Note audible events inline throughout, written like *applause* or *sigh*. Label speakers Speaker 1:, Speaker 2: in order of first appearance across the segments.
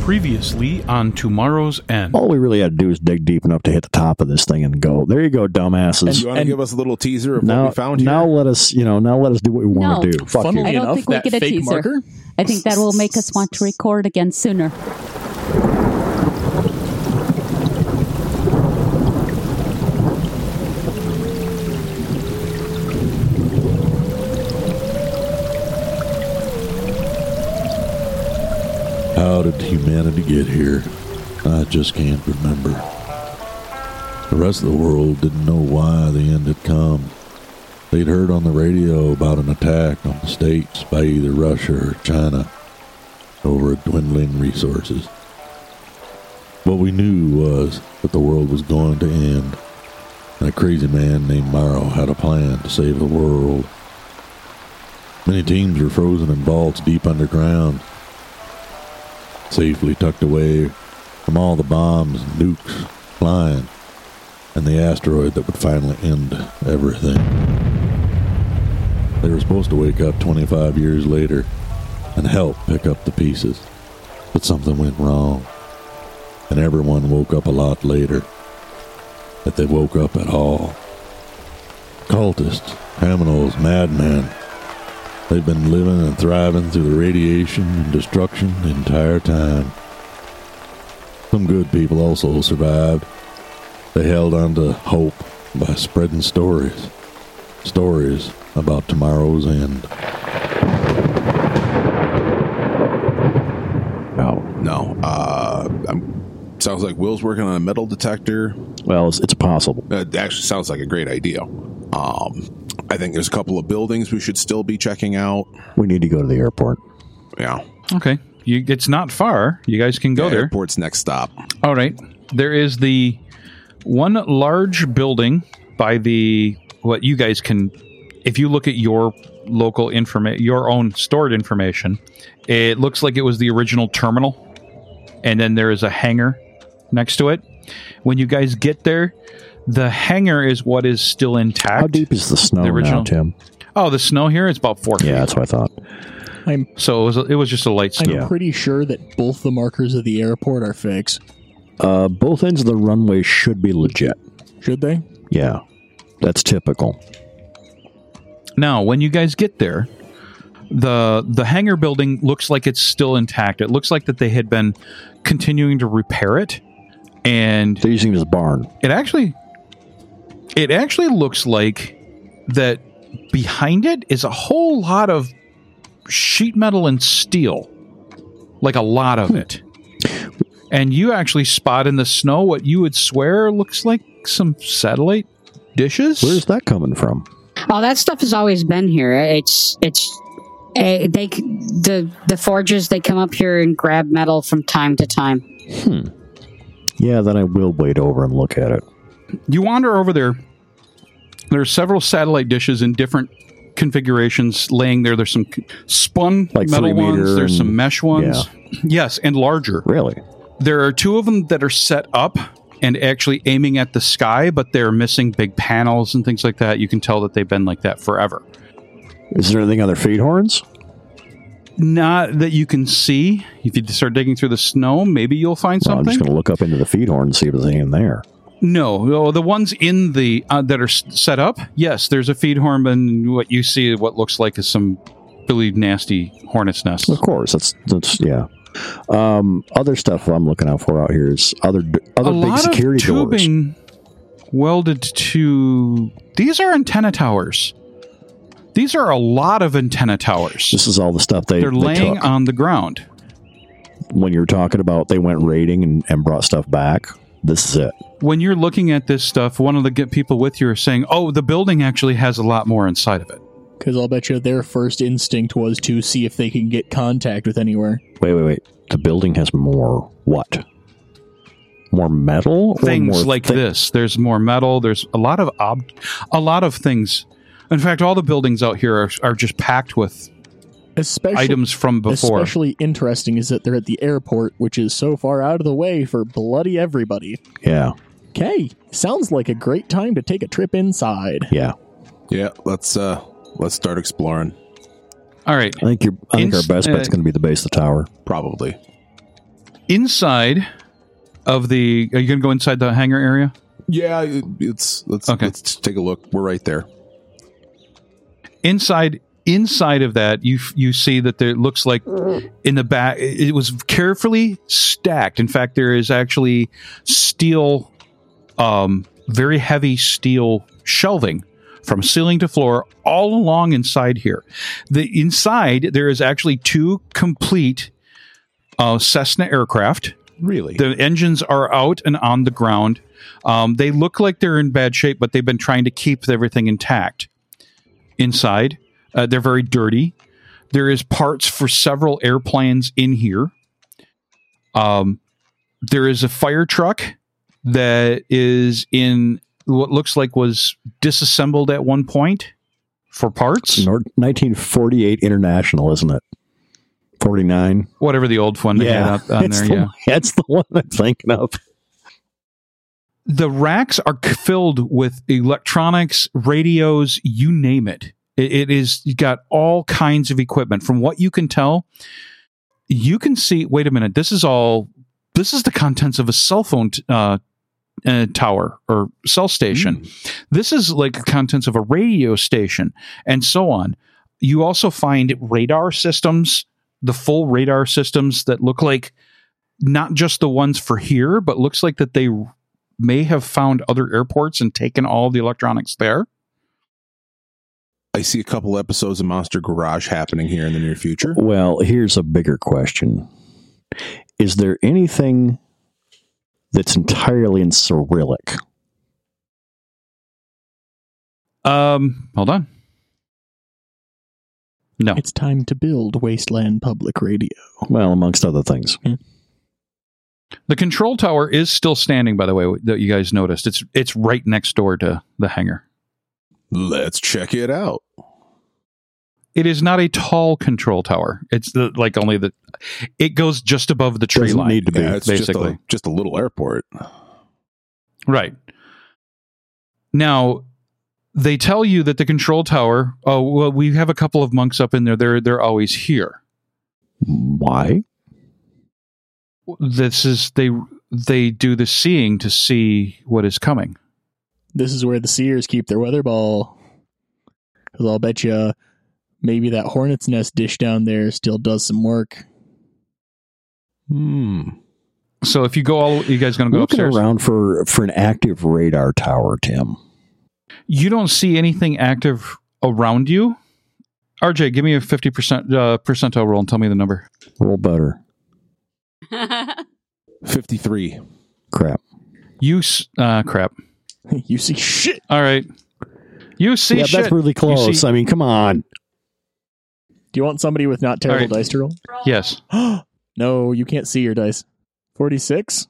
Speaker 1: Previously on Tomorrow's End.
Speaker 2: All we really had to do is dig deep enough to hit the top of this thing and go. There you go, dumbasses.
Speaker 3: You want to
Speaker 2: And
Speaker 3: give us a little teaser of
Speaker 2: now,
Speaker 3: what we found here?
Speaker 2: now let us, you know, now let us do what we want
Speaker 4: No.
Speaker 2: to do. Fuck
Speaker 5: Funnily
Speaker 4: I
Speaker 2: you.
Speaker 4: don't
Speaker 5: enough,
Speaker 4: think we
Speaker 5: that
Speaker 4: get a
Speaker 5: fake
Speaker 4: teaser.
Speaker 5: marker.
Speaker 4: I think that will make us want to record again sooner.
Speaker 6: How did humanity get here? I just can't remember. The rest of the world didn't know why the end had come. They'd heard on the radio about an attack on the states by either Russia or China over dwindling resources. What we knew was that the world was going to end, and a crazy man named Morrow had a plan to save the world. Many teams were frozen in vaults deep underground, safely tucked away from all the bombs and nukes flying and the asteroid that would finally end everything. They were supposed to wake up 25 years later and help pick up the pieces, but something went wrong, and everyone woke up a lot later. That they woke up at all. Cultists, criminals, madmen, They've been living and thriving through the radiation and destruction the entire time. Some good people also survived. They held on to hope by spreading stories. Stories about tomorrow's end.
Speaker 2: No.
Speaker 3: no. Uh, I'm, sounds like Will's working on a metal detector.
Speaker 2: Well, it's, it's possible.
Speaker 3: That actually sounds like a great idea. Um, I think there's a couple of buildings we should still be checking out.
Speaker 2: We need to go to the airport.
Speaker 3: Yeah.
Speaker 1: Okay. You, it's not far. You guys can go
Speaker 3: Yeah,
Speaker 1: there.
Speaker 3: Airport's next stop.
Speaker 1: All right. There is the one large building by the what you guys can if you look at your local informa- your own stored information, it looks like it was the original terminal and then there is a hangar next to it. When you guys get there, the hangar is what is still intact.
Speaker 2: How deep is the snow
Speaker 1: The original-
Speaker 2: now, Tim?
Speaker 1: oh, the snow here it's about 4 feet.
Speaker 2: Yeah, that's what I thought.
Speaker 5: I'm
Speaker 1: So it was it was just a light
Speaker 5: I'm
Speaker 1: snow.
Speaker 5: pretty sure that both the markers of the airport are fakes.
Speaker 2: Uh, both ends of the runway should be legit.
Speaker 5: Should they?
Speaker 2: Yeah, that's typical.
Speaker 1: Now, when you guys get there, the the hangar building looks like it's still intact. It looks like that they had been continuing to repair it, and
Speaker 2: They're using this barn.
Speaker 1: it actually it actually looks like that behind it is a whole lot of sheet metal and steel, like a lot of it. And you actually spot in the snow what you would swear looks like some satellite dishes.
Speaker 2: Where's that coming from?
Speaker 7: Oh, that stuff has always been here. It's it's eh, they c- the the forges they come up here and grab metal from time to time.
Speaker 2: Yeah, then I will wait over and look at it.
Speaker 1: you wander over there. There are several satellite dishes in different configurations laying there. There's some c- spun
Speaker 2: Like
Speaker 1: metal
Speaker 2: three meter
Speaker 1: ones. There's some
Speaker 2: and-
Speaker 1: mesh ones. Yes, and larger.
Speaker 2: Really?
Speaker 1: There are two of them that are set up and actually aiming at the sky, but they're missing big panels and things like that. You can tell that they've been like that forever.
Speaker 2: Is there anything on their feed horns?
Speaker 1: Not that you can see. If you start digging through the snow, maybe you'll find
Speaker 2: Well, I'm
Speaker 1: something.
Speaker 2: just going to look up into the feed horn and see if there's anything there.
Speaker 1: No, no, the ones in the uh, that are s- set up. Yes, there's a feed horn, and what you see, what looks like, is some really nasty hornet's nests.
Speaker 2: Of course, that's that's yeah. Um, other stuff I'm looking out for out here is other
Speaker 1: a
Speaker 2: other big
Speaker 1: lot
Speaker 2: security
Speaker 1: of
Speaker 2: doors.
Speaker 1: tubing welded to. These are antenna towers. These are a lot of antenna towers.
Speaker 2: This is all the stuff they,
Speaker 1: They're
Speaker 2: they
Speaker 1: laying
Speaker 2: took.
Speaker 1: on the ground.
Speaker 2: when you were talking about they went raiding and, and brought stuff back. This is it.
Speaker 1: When you're looking at this stuff, one of the get people with you are saying, "Oh, the building actually has a lot more inside of it."
Speaker 5: Because I'll bet you their first instinct was to see if they can get contact with anywhere.
Speaker 2: Wait, wait, wait. The building has more what? More metal? or more
Speaker 1: things like
Speaker 2: thi-
Speaker 1: this. There's more metal. There's a lot of ob- a lot of things. In fact, all the buildings out here are, are just packed with
Speaker 5: Especially,
Speaker 1: items from before.
Speaker 5: especially interesting is that they're at the airport, which is so far out of the way for bloody everybody.
Speaker 2: Yeah,
Speaker 5: Okay, sounds like a great time to take a trip inside.
Speaker 2: yeah.
Speaker 3: Yeah, let's uh let's start exploring.
Speaker 1: All right.
Speaker 2: I think your I think our
Speaker 1: Inst-
Speaker 2: best bet's
Speaker 1: uh,
Speaker 2: going to be the base of the tower.
Speaker 3: Probably.
Speaker 1: Inside of the, are you going to go inside the hangar area?
Speaker 3: Yeah, it, it's let's
Speaker 1: Okay.
Speaker 3: let's take a look. We're right there.
Speaker 1: Inside, inside of that, you f- you see that there it looks like in the back, it it was carefully stacked. In fact, there is actually steel, um, very heavy steel shelving from ceiling to floor all along inside here. The inside there is actually two complete uh, Cessna aircraft.
Speaker 3: Really?
Speaker 1: The engines are out and on the ground. Um, they look like they're in bad shape, but they've been trying to keep everything intact. Inside, uh, they're very dirty. There is parts for several airplanes in here. Um, there is a fire truck that is in what looks like was disassembled at one point for parts.
Speaker 2: Nor- 1948 International, isn't it? 49.
Speaker 1: Whatever the old one they had out on
Speaker 2: *laughs* it's
Speaker 1: there,
Speaker 2: the,
Speaker 1: yeah.
Speaker 2: one- that's the one I'm thinking of.
Speaker 1: the racks are c- filled with electronics, radios, you name it. It, it is you got all kinds of equipment. From what you can tell, you can see. Wait a minute, this is all. This is the contents of a cell phone t- uh, uh, tower or cell station. This is like the contents of a radio station, and so on. You also find radar systems, the full radar systems that look like not just the ones for here, but looks like that they may have found other airports and taken all the electronics there.
Speaker 3: I see a couple episodes of Monster Garage happening here in the near future.
Speaker 2: Well, here's a bigger question Is there anything that's entirely in Cyrillic?
Speaker 1: Um, hold on. No.
Speaker 5: It's time to build Wasteland Public Radio.
Speaker 2: Well, amongst other things.
Speaker 1: The control tower is still standing by the way that you guys noticed. It's it's right next door to the hangar.
Speaker 3: Let's check it out.
Speaker 1: It is not a tall control tower. It's the, like only the it goes just above the tree
Speaker 2: Doesn't
Speaker 1: line.
Speaker 2: need to be.
Speaker 3: Yeah, it's
Speaker 1: basically.
Speaker 3: just a, just a little airport.
Speaker 1: Right. Now, they tell you that the control tower, oh well, we have a couple of monks up in there. They're they're always here.
Speaker 2: Why?
Speaker 1: this is they they do the seeing to see what is coming.
Speaker 5: This is where the seers keep their weather ball. Because I'll bet you maybe that hornet's nest dish down there still does some work.
Speaker 3: Hmm.
Speaker 1: So if you go all you guys gonna go
Speaker 2: Looking
Speaker 1: upstairs.
Speaker 2: around for, for an active radar tower, Tim.
Speaker 1: You don't see anything active around you. RJ, give me a fifty percent uh, percentile roll and tell me the number.
Speaker 2: Roll better.
Speaker 3: Fifty-three.
Speaker 2: Crap.
Speaker 1: You s- uh, crap.
Speaker 5: *laughs* you see shit.
Speaker 1: All right. You see
Speaker 2: yeah,
Speaker 1: shit.
Speaker 2: that's really close.
Speaker 1: see-
Speaker 2: I mean, come on.
Speaker 5: Do you want somebody with not terrible
Speaker 1: All right.
Speaker 5: dice to roll? *gasps*
Speaker 1: yes,
Speaker 5: no, you can't see your dice.
Speaker 1: *laughs*
Speaker 5: 46?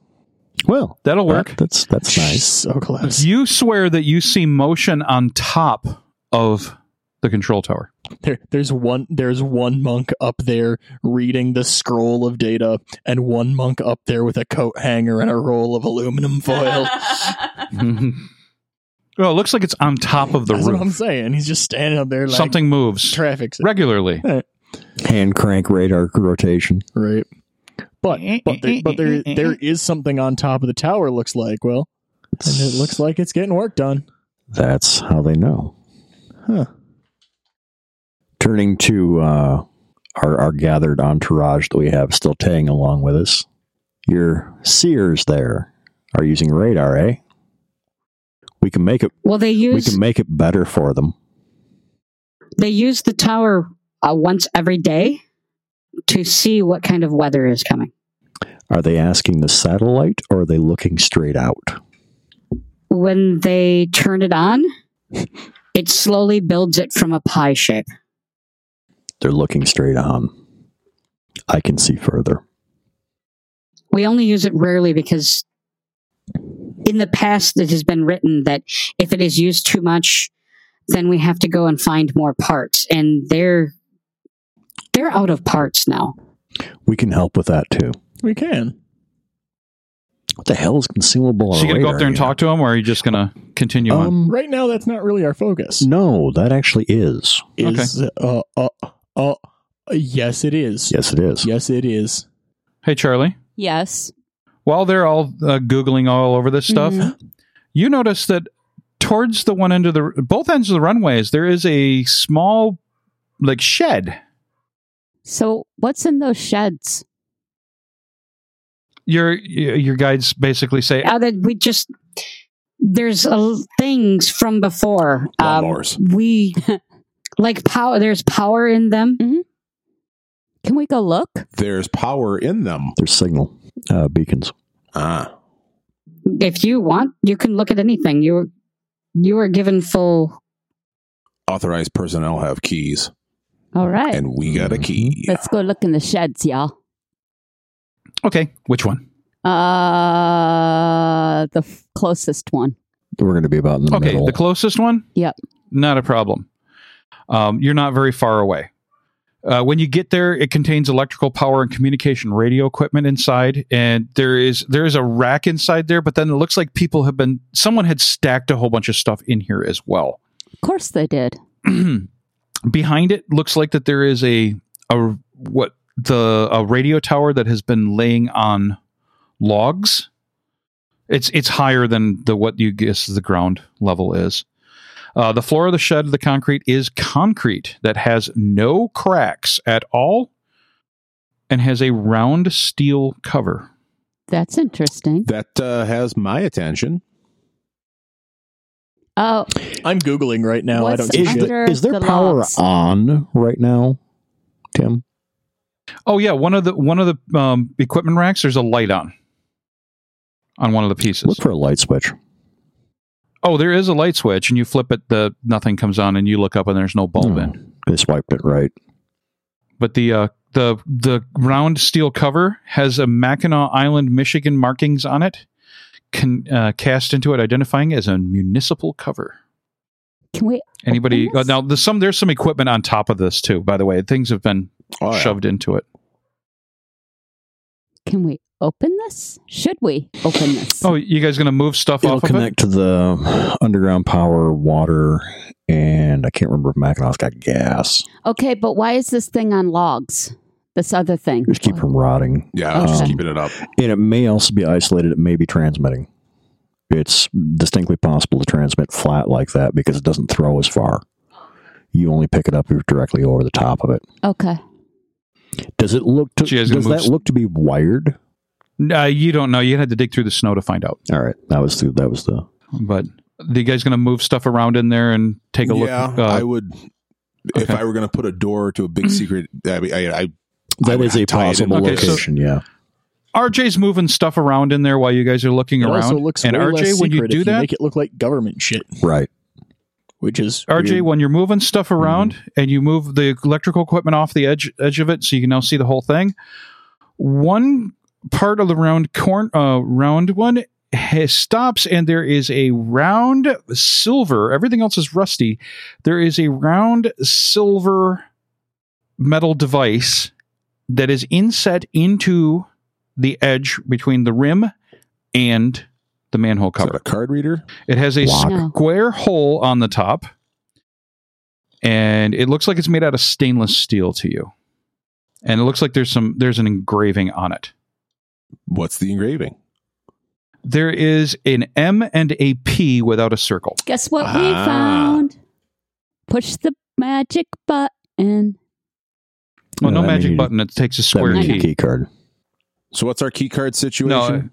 Speaker 2: Well, uh,
Speaker 1: that'll work.
Speaker 2: that- that's that's nice.
Speaker 5: So close.
Speaker 1: You swear that you see motion on top of the control
Speaker 5: *laughs*
Speaker 1: tower.
Speaker 5: There, there's one there's one monk up there reading the scroll of data and one monk up there with a coat hanger and a roll of
Speaker 1: *laughs*
Speaker 5: aluminum foil.
Speaker 1: well, it looks like it's on top of the
Speaker 5: That's what I'm
Speaker 1: roof.
Speaker 5: saying. He's just standing up there like
Speaker 1: Something moves
Speaker 5: traffic's
Speaker 1: regularly.
Speaker 2: Hand crank radar rotation.
Speaker 5: Right. But but there, but
Speaker 1: *laughs*
Speaker 5: there there is something on top of the tower. Looks like well, and it looks like it's getting work done.
Speaker 2: That's how they know.
Speaker 5: Huh.
Speaker 2: Turning to uh, our, our gathered entourage that we have still tang along with us, your seers there are using radar, eh? We can make it.
Speaker 7: Well, they
Speaker 2: We
Speaker 7: use
Speaker 2: can make it better for them.
Speaker 7: they use the tower uh, once every day to see what kind of weather is coming.
Speaker 2: Are they asking the satellite, or are they looking straight out?
Speaker 7: When they turn it on, *laughs* it slowly builds it from a pie shape.
Speaker 2: They're looking straight on. I can see further.
Speaker 7: We only use it rarely because in the past it has been written that if it is used too much, then we have to go and find more parts, and they're they're out of parts now.
Speaker 2: We can help with that too.
Speaker 5: We can.
Speaker 2: What the hell is consumable?
Speaker 1: So
Speaker 2: on
Speaker 1: you gonna go
Speaker 2: radar,
Speaker 1: up there and
Speaker 2: you
Speaker 1: talk to him, or are you just gonna continue on?
Speaker 2: Um,
Speaker 5: Right now, that's not really our focus.
Speaker 2: no, that actually is.
Speaker 5: Is uh, uh uh yes, it is.
Speaker 2: Yes, it is.
Speaker 5: Yes, it is.
Speaker 1: Hey, Charlie.
Speaker 4: Yes.
Speaker 1: While they're all uh, googling all over this stuff,
Speaker 4: Mhm.
Speaker 1: you notice that towards the one end of the both ends of the runways there is a small like shed.
Speaker 4: So what's in those sheds?
Speaker 1: Your your guides basically say
Speaker 7: Uh, that we just there's a l things from before. um,
Speaker 3: Lawnmowers.
Speaker 7: we *laughs* like power. There's power in them.
Speaker 4: Can we go look?
Speaker 3: There's power in them.
Speaker 2: There's signal uh, beacons.
Speaker 3: Ah,
Speaker 7: If you want, you can look at anything. You were you were given full.
Speaker 3: authorized personnel have keys,
Speaker 4: All right.
Speaker 3: and we got a key.
Speaker 4: Let's go look in the sheds, y'all.
Speaker 1: Okay, which one?
Speaker 4: Uh, the f- closest one.
Speaker 2: We're going to be about in the
Speaker 1: okay,
Speaker 2: middle.
Speaker 1: the closest one?
Speaker 4: Yep.
Speaker 1: Not a problem. Um, you're not very far away. Uh, when you get there, it contains electrical power and communication radio equipment inside, and there is there is a rack inside there. But then it looks like people have been someone had stacked a whole bunch of stuff in here as well.
Speaker 4: Of course they did.
Speaker 1: *clears throat* Behind it looks like that there is a a what the a radio tower that has been laying on logs. It's it's higher than the what you guess the ground level is. Uh, the floor of the shed, the concrete is concrete that has no cracks at all, and has a round steel cover.
Speaker 4: That's interesting.
Speaker 3: That uh, has my attention.
Speaker 4: Oh,
Speaker 5: I'm googling right now. I
Speaker 4: What's
Speaker 5: don't
Speaker 4: the
Speaker 5: see
Speaker 2: is,
Speaker 5: shit.
Speaker 4: under
Speaker 2: the, is there
Speaker 4: the
Speaker 2: power
Speaker 4: logs.
Speaker 2: on right now, Tim?
Speaker 1: Oh yeah, one of the one of the um, equipment racks. There's a light on on one of the pieces.
Speaker 2: Look for a light switch.
Speaker 1: Oh, there is a light switch, and you flip it, the nothing comes on, and you look up, and there's no bulb in.
Speaker 3: Hmm.
Speaker 2: They swiped it right.
Speaker 1: But the uh, the the round steel cover has a Mackinac Island, Michigan markings on it, can, uh, cast into it, identifying it as a municipal cover.
Speaker 4: can we?
Speaker 1: Anybody
Speaker 4: Open
Speaker 1: uh,
Speaker 4: this?
Speaker 1: now? There's some there's some equipment on top of this too. By the way, things have been
Speaker 3: Oh, yeah.
Speaker 1: shoved into it.
Speaker 4: Can we open this? Should we open this?
Speaker 1: Oh, you guys gonna move stuff
Speaker 2: It'll
Speaker 1: off of it?
Speaker 2: connect to the underground power, water, and I can't remember if Mackinac's got gas.
Speaker 4: Okay, but why is this thing on logs? This other thing.
Speaker 2: Just keep from rotting.
Speaker 3: Yeah, I'm just
Speaker 2: Okay.
Speaker 3: keeping it up.
Speaker 2: And it may also be isolated. It may be transmitting. It's distinctly possible to transmit flat like that because it doesn't throw as far. You only pick it up if you're directly over the top of it.
Speaker 4: Okay.
Speaker 2: Does it look to,
Speaker 1: She has
Speaker 2: does
Speaker 1: gonna move
Speaker 2: that
Speaker 1: s-
Speaker 2: look to be wired?
Speaker 1: Uh, you don't know. You had to dig through the snow to find out.
Speaker 2: All right. That was the that was the
Speaker 1: But the you guys gonna move stuff around in there and take a
Speaker 3: yeah,
Speaker 1: look? Uh,
Speaker 3: I would. If
Speaker 1: okay.
Speaker 3: I were going to put a door to a big secret, I, mean, I, I
Speaker 2: that
Speaker 3: would
Speaker 2: is a
Speaker 3: tie it in.
Speaker 2: possible
Speaker 1: Okay, so-
Speaker 2: location, yeah.
Speaker 1: RJ's moving stuff around in there while you guys are looking
Speaker 5: It
Speaker 1: around.
Speaker 5: also looks
Speaker 1: and
Speaker 5: way
Speaker 1: RJ,
Speaker 5: less
Speaker 1: when you
Speaker 5: secret
Speaker 1: do
Speaker 5: if
Speaker 1: that,
Speaker 5: make it look like government shit,
Speaker 2: Right.
Speaker 5: which is
Speaker 1: RJ,
Speaker 5: weird.
Speaker 1: when you're moving stuff around and you move the electrical equipment off the edge edge of it, so you can now see the whole thing. One part of the round corn, uh, round one has, stops, and there is a round silver. Everything else is rusty. There is a round silver metal device that is inset into the edge between the rim and the manhole
Speaker 3: is that
Speaker 1: cover.
Speaker 3: a card reader.
Speaker 1: It has a
Speaker 2: Lock.
Speaker 4: No.
Speaker 1: square hole on the top, and it looks like it's made out of stainless steel to you. And it looks like there's some there's an engraving on it.
Speaker 3: What's the engraving?
Speaker 1: There is an M and a P without a circle.
Speaker 4: Guess what we
Speaker 3: Ah.
Speaker 4: found? Push the magic button.
Speaker 1: Well, no,
Speaker 2: that means
Speaker 1: magic
Speaker 2: you-
Speaker 1: button. It takes a
Speaker 2: That
Speaker 1: square
Speaker 2: means
Speaker 1: key.
Speaker 2: a key card.
Speaker 3: So what's our key card
Speaker 1: No,
Speaker 3: situation?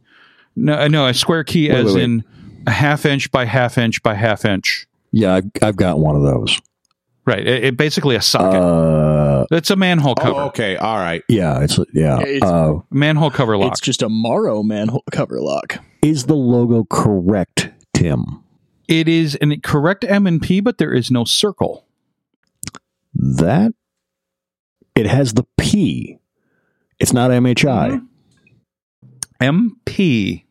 Speaker 1: no, uh, no, a square key
Speaker 2: Wait,
Speaker 1: as
Speaker 2: wait, wait.
Speaker 1: in a half inch by half inch by half inch.
Speaker 2: Yeah, I've, I've got one of those.
Speaker 1: Right. It, it basically a socket.
Speaker 2: Uh,
Speaker 1: it's a manhole cover.
Speaker 3: oh, okay, all right.
Speaker 2: yeah, it's yeah.
Speaker 5: It's-
Speaker 2: Uh,
Speaker 1: Manhole cover lock.
Speaker 5: it's just a Morrow manhole *laughs* cover lock.
Speaker 2: is the logo correct, Tim?
Speaker 1: It is an correct M and P, but there is no circle.
Speaker 2: That it has the P. It's not MHI.
Speaker 1: Mm-hmm. MP.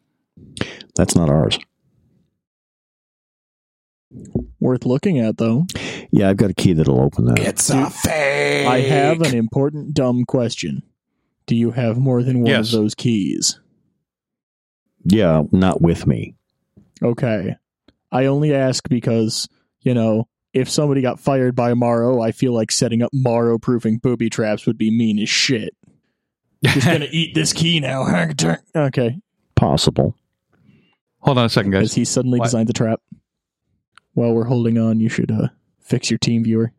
Speaker 2: That's not ours.
Speaker 5: Worth looking at though.
Speaker 2: Yeah, I've got a key that'll open that.
Speaker 3: It's a fake.
Speaker 5: I have an important dumb question. Do you have more than one
Speaker 1: Yes.
Speaker 5: of those keys?
Speaker 2: Yeah, not with me.
Speaker 5: Okay. I only ask because, you know, if somebody got fired by Morrow, I feel like setting up Morrow proofing booby traps would be mean as shit.
Speaker 1: *laughs*
Speaker 5: Just gonna eat this key now. *laughs* Okay.
Speaker 2: Possible.
Speaker 1: Hold on a second,
Speaker 5: As
Speaker 1: guys.
Speaker 5: he suddenly
Speaker 1: What?
Speaker 5: designed the trap. While we're holding on, you should uh, fix your team viewer.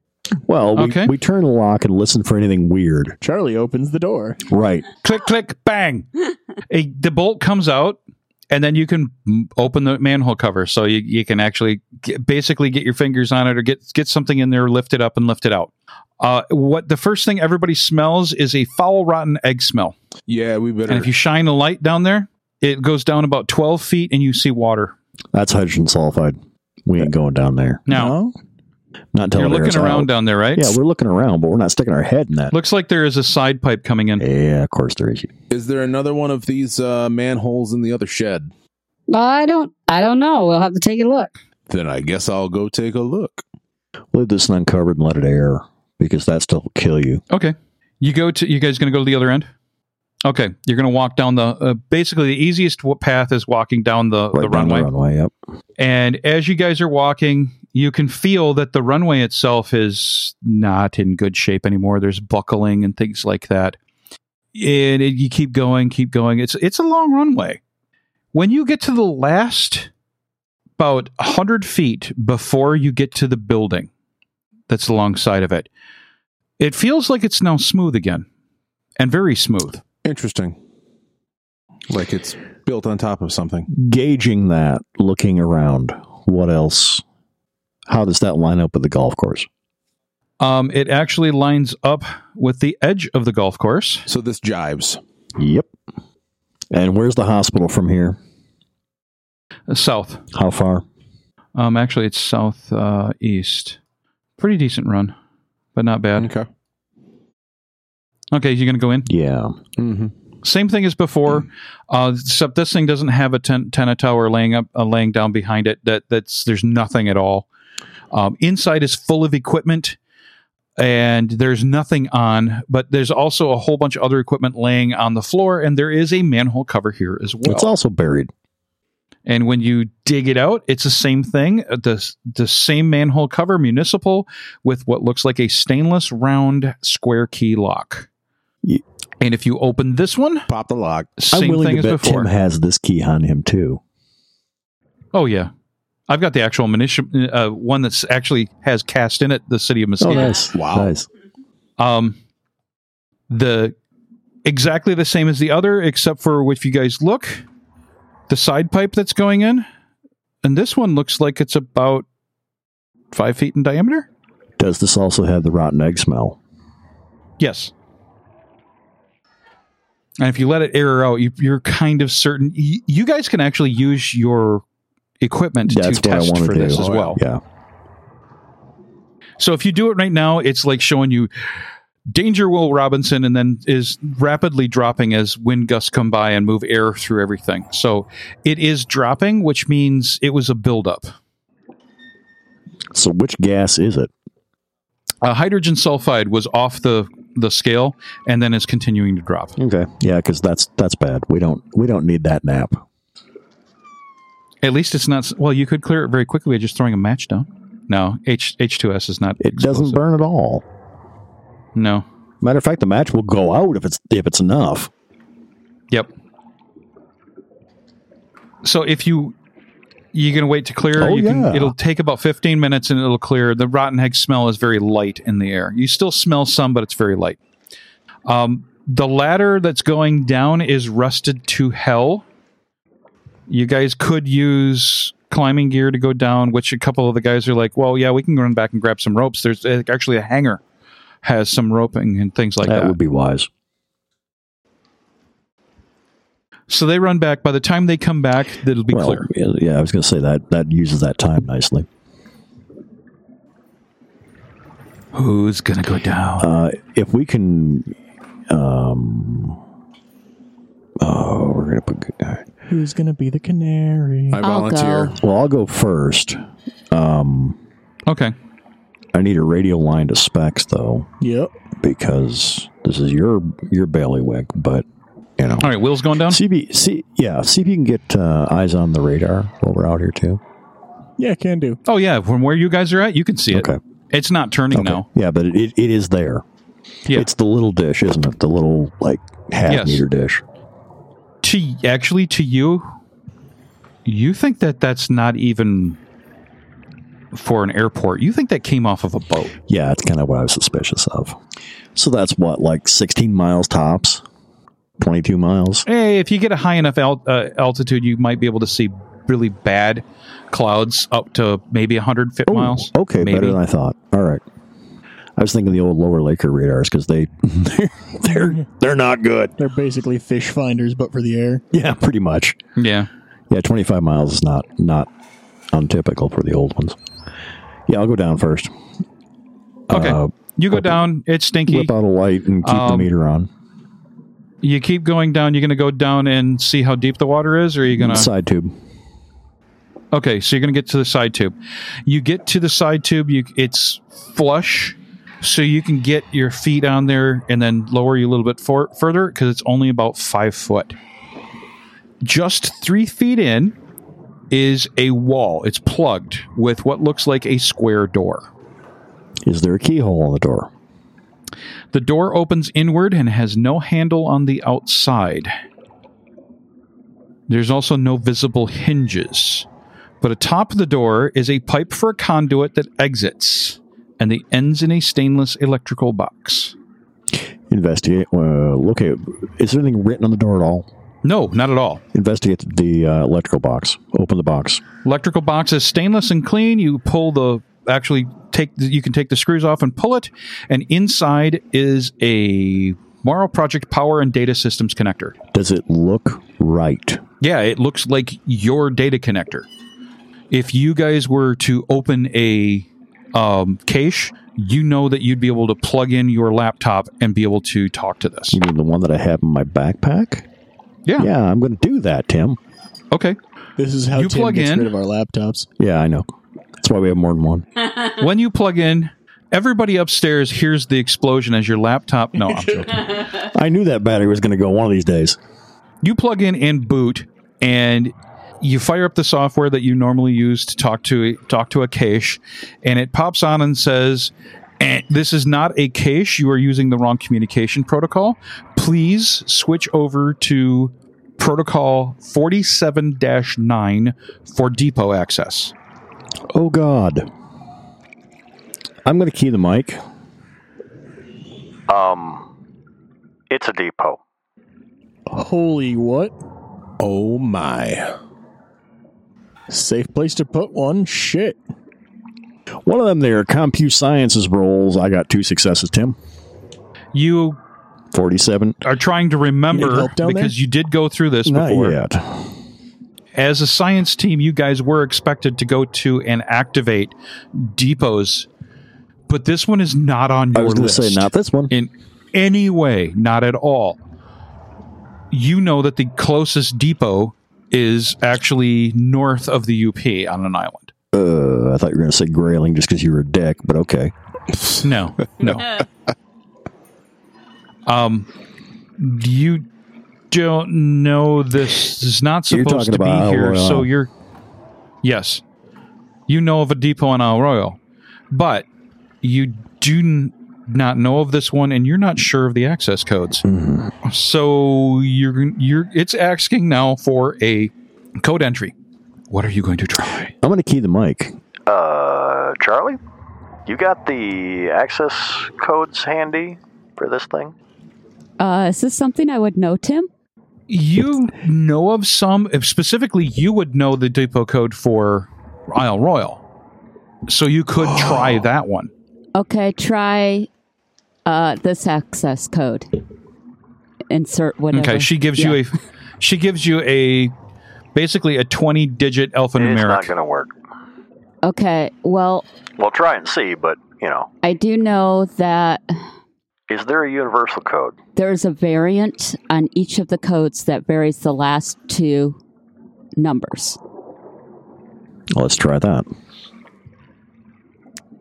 Speaker 2: Well, we,
Speaker 1: Okay.
Speaker 2: we turn the lock and listen for anything weird.
Speaker 5: Charlie opens the door.
Speaker 2: Right.
Speaker 1: *laughs* click, click, bang. A, the bolt comes out, and then you can mm, open the manhole cover, so you, you can actually get, basically get your fingers on it or get get something in there, lift it up, and lift it out. Uh, what the first thing everybody smells is a foul, rotten egg smell,
Speaker 3: Yeah, we better.
Speaker 1: and if you shine a light down there, it goes down about twelve feet, and you see water.
Speaker 2: That's hydrogen sulfide. We ain't going down there.
Speaker 1: Now
Speaker 2: Not until
Speaker 1: you're
Speaker 2: it airs
Speaker 1: looking around
Speaker 2: out.
Speaker 1: down there, right?
Speaker 2: Yeah, we're looking around, but we're not sticking our head in that.
Speaker 1: Looks like there is a side pipe coming in.
Speaker 2: Yeah, of course there is.
Speaker 3: is there another one of these uh, manholes in the other shed?
Speaker 7: I don't. I don't know. We'll have to take a look.
Speaker 3: Then I guess I'll go take a look.
Speaker 2: Leave this one uncovered and let it air because that stuff will kill you.
Speaker 1: Okay. You go to you guys going to go to the other end? Okay, you're going to walk down the uh, basically the easiest w- path is walking down the,
Speaker 2: Right
Speaker 1: the
Speaker 2: down
Speaker 1: runway.
Speaker 2: the runway. Yep.
Speaker 1: And as you guys are walking, you can feel that the runway itself is not in good shape anymore. There's buckling and things like that. And it, you keep going, keep going. It's it's a long runway. When you get to the last about 100 feet before you get to the building that's alongside of it, it feels like it's now smooth again and very smooth.
Speaker 3: Interesting. Like it's built on top of something.
Speaker 2: Gauging that, looking around. What else? How does that line up with the golf course?
Speaker 1: Um, it actually lines up with the edge of the golf course.
Speaker 3: So this jives.
Speaker 2: Yep. And where's the hospital from here?
Speaker 1: South.
Speaker 2: How far?
Speaker 1: Um, actually, it's southeast. Uh, east. Pretty decent run, but not bad.
Speaker 3: Okay.
Speaker 1: Okay, you're gonna go in.
Speaker 2: Yeah.
Speaker 3: Mm-hmm.
Speaker 1: Same thing as before, uh, except this thing doesn't have a ten- tenant tower laying up, uh, laying down behind it. That that's there's nothing at all. Um, inside is full of equipment, and there's nothing on. But there's also a whole bunch of other equipment laying on the floor, and there is a manhole cover here as well.
Speaker 2: It's also buried.
Speaker 1: And when you dig it out, it's the same thing, uh, the, the same manhole cover, municipal, with what looks like a stainless round square key lock.
Speaker 2: Ye-
Speaker 1: And if you open this one,
Speaker 3: Pop the lock.
Speaker 2: I'm
Speaker 1: same
Speaker 2: willing
Speaker 1: thing
Speaker 2: to
Speaker 1: as
Speaker 2: bet
Speaker 1: before.
Speaker 2: Tim has this key on him too.
Speaker 1: oh, yeah. I've got the actual munition, uh, one that's actually has cast in it the city of
Speaker 2: Oh,
Speaker 1: Muskegon.
Speaker 2: nice.
Speaker 3: Wow.
Speaker 2: Nice.
Speaker 1: Um, the exactly the same as the other, except for if you guys look, the side pipe that's going in, and this one looks like it's about five feet in diameter.
Speaker 2: Does this also have the rotten egg smell?
Speaker 1: Yes. And if you let it air out, you, you're kind of certain. You, you guys can actually use your equipment
Speaker 2: That's
Speaker 1: to
Speaker 2: what I
Speaker 1: test
Speaker 2: wanna
Speaker 1: for
Speaker 2: do.
Speaker 1: this as well.
Speaker 2: Oh, Yeah.
Speaker 1: So if you do it right now, it's like showing you danger Will Robinson and then is rapidly dropping as wind gusts come by and move air through everything. So it is dropping, which means it was a buildup.
Speaker 2: So which gas is it?
Speaker 1: Uh, hydrogen sulfide was off the, the scale and then is continuing to drop.
Speaker 2: Okay. Yeah, because that's that's bad. We don't we don't need that nap.
Speaker 1: At least it's not. Well, you could clear it very quickly by just throwing a match down. No, H H2S is not.
Speaker 2: It doesn't
Speaker 1: explosive.
Speaker 2: burn at all.
Speaker 1: No.
Speaker 2: Matter of fact, the match will go out if it's if it's enough.
Speaker 1: Yep. So if you you're gonna wait to clear,
Speaker 2: Oh,
Speaker 1: you
Speaker 2: yeah.
Speaker 1: can, it'll take about 15 minutes and it'll clear. The rotten egg smell is very light in the air. You still smell some, but it's very light. Um, the ladder that's going down is rusted to hell. You guys could use climbing gear to go down, which a couple of the guys are like, "Well, yeah, we can run back and grab some ropes." There's uh, actually a hanger has some roping and things like that.
Speaker 2: that would be wise.
Speaker 1: so they run back. By the time they come back, it'll be
Speaker 2: well,
Speaker 1: clear.
Speaker 2: yeah, yeah, I was going to say that that uses that time nicely.
Speaker 1: Who's gonna go down?
Speaker 2: Uh, if we can, um, oh, we're going to put.
Speaker 5: Who's gonna be the canary?
Speaker 3: I
Speaker 4: I'll
Speaker 3: volunteer.
Speaker 4: go.
Speaker 2: Well, I'll go first. Um,
Speaker 1: Okay.
Speaker 2: I need a radio line to specs though,
Speaker 5: Yep.
Speaker 2: because this is your your bailiwick. But you know,
Speaker 1: All right. Will's going down.
Speaker 2: CB, see, yeah, see if you can get uh, eyes on the radar while we're out here too.
Speaker 5: Yeah, can do.
Speaker 1: Oh yeah, from where you guys are at, you can see it.
Speaker 2: Okay.
Speaker 1: It's not turning now.
Speaker 2: Yeah, but it, it, it is there.
Speaker 1: Yeah.
Speaker 2: It's the little dish, isn't it? The little like half
Speaker 1: Yes.
Speaker 2: meter dish.
Speaker 1: to actually to you you think that that's not even for an airport you think that came off of a boat
Speaker 2: Yeah, that's kind of what I was suspicious of. So that's what, like 16 miles tops, 22 miles.
Speaker 1: hey if you get a high enough al- uh, altitude you might be able to see really bad clouds up to maybe 150
Speaker 2: Oh,
Speaker 1: miles
Speaker 2: Okay,
Speaker 1: maybe
Speaker 2: better than I thought. All right. I was thinking the old Lower Laker radars because they *laughs* they're they're not good.
Speaker 5: They're basically fish finders, but for the air.
Speaker 2: Yeah, pretty much.
Speaker 1: yeah
Speaker 2: Yeah, twenty five miles is not not untypical for the old ones. Yeah, I'll go down first.
Speaker 1: okay
Speaker 2: Uh,
Speaker 1: you go
Speaker 2: whip-
Speaker 1: down it's stinky
Speaker 2: Whip out a light and keep the
Speaker 1: Um,
Speaker 2: meter on.
Speaker 1: you keep going down you're gonna go down and see how deep the water is or are you gonna
Speaker 2: Side tube.
Speaker 1: Okay, so you're going to get to the side tube. You get to the side tube, you it's flush, so you can get your feet on there and then lower you a little bit for, further because it's only about five foot. Just three feet in is a wall. It's plugged with what looks like a square door.
Speaker 2: Is there a keyhole on the door?
Speaker 1: The door opens inward and has no handle on the outside. There's also no visible hinges. But atop the door is a pipe for a conduit that exits and it ends in a stainless electrical box.
Speaker 2: Investigate. Uh, locate. Is there anything written on the door at all?
Speaker 1: No, not at all.
Speaker 2: Investigate the uh, electrical box. Open the box.
Speaker 1: Electrical box is stainless and clean. You pull the actually take you can take the screws off and pull it and inside is a Morrow Project power and data systems connector.
Speaker 2: Does it look right?
Speaker 1: Yeah, it looks like your data connector. If you guys were to open a um, cache, you know that you'd be able to plug in your laptop and be able to talk to this.
Speaker 2: You mean the one that I have in my backpack?
Speaker 1: Yeah.
Speaker 2: Yeah, I'm going to do that, Tim.
Speaker 1: Okay.
Speaker 5: This is how
Speaker 1: You
Speaker 5: Tim
Speaker 1: plug
Speaker 5: gets
Speaker 1: in.
Speaker 5: rid of our laptops.
Speaker 2: Yeah, I know. That's why we have more than one.
Speaker 1: When you plug in, everybody upstairs hears the explosion as your laptop. No, I'm joking.
Speaker 2: I knew that battery was going to go one of these days.
Speaker 1: You plug in and boot, and you fire up the software that you normally use to talk to talk to a cache, and it pops on and says, "Eh, "This is not a cache. You are using the wrong communication protocol. Please switch over to protocol 47-9 for depot access."
Speaker 2: Oh God! I'm going to key the mic. Um, it's a depot.
Speaker 5: Holy what?
Speaker 3: Oh my!
Speaker 5: Safe place to put one. Shit.
Speaker 2: One of them there, CompuSciences rolls. I got two successes, Tim.
Speaker 1: You
Speaker 2: Forty-seven.
Speaker 1: are trying to
Speaker 5: Need
Speaker 1: remember
Speaker 5: help down
Speaker 1: because you did go through this before.
Speaker 2: Not yet.
Speaker 1: as a science team, you guys were expected to go to and activate depots, but this one is not on
Speaker 2: I
Speaker 1: your
Speaker 2: was going to
Speaker 1: list
Speaker 2: say not this one.
Speaker 1: in any way, not at all. You know that the closest depot is actually north of the UP on an island.
Speaker 2: Uh, I thought you were going to say Grayling just because you were a dick, but okay. *laughs*
Speaker 1: No, no. um, you don't know this is not
Speaker 2: You're
Speaker 1: supposed
Speaker 2: talking
Speaker 1: to be
Speaker 2: about El
Speaker 1: here, so
Speaker 2: Royale.
Speaker 1: you're. Yes, you know of a depot in El Royal, but you do n- not know of this one, and you're not sure of the access codes.
Speaker 2: Mm-hmm.
Speaker 1: So you're you're it's asking now for a code entry. What are you going to try?
Speaker 2: I'm going to key the mic.
Speaker 8: Uh, Charlie, you got the access codes handy for this thing?
Speaker 4: Uh, is this something I would know, Tim?
Speaker 1: You know of some, if specifically, you would know the depot code for Isle Royal. So you could try that one.
Speaker 4: Okay, try uh, this access code. Insert whatever.
Speaker 1: Okay, she gives you a, she gives you a, basically a twenty-digit
Speaker 8: It's not
Speaker 1: alphanumeric.
Speaker 8: going to work.
Speaker 4: a. Okay, well,
Speaker 8: Well, try and see, but, you know,
Speaker 4: I do know that
Speaker 8: is there a universal code?
Speaker 4: there's a variant on each of the codes that varies the last two numbers.
Speaker 2: Let's try that.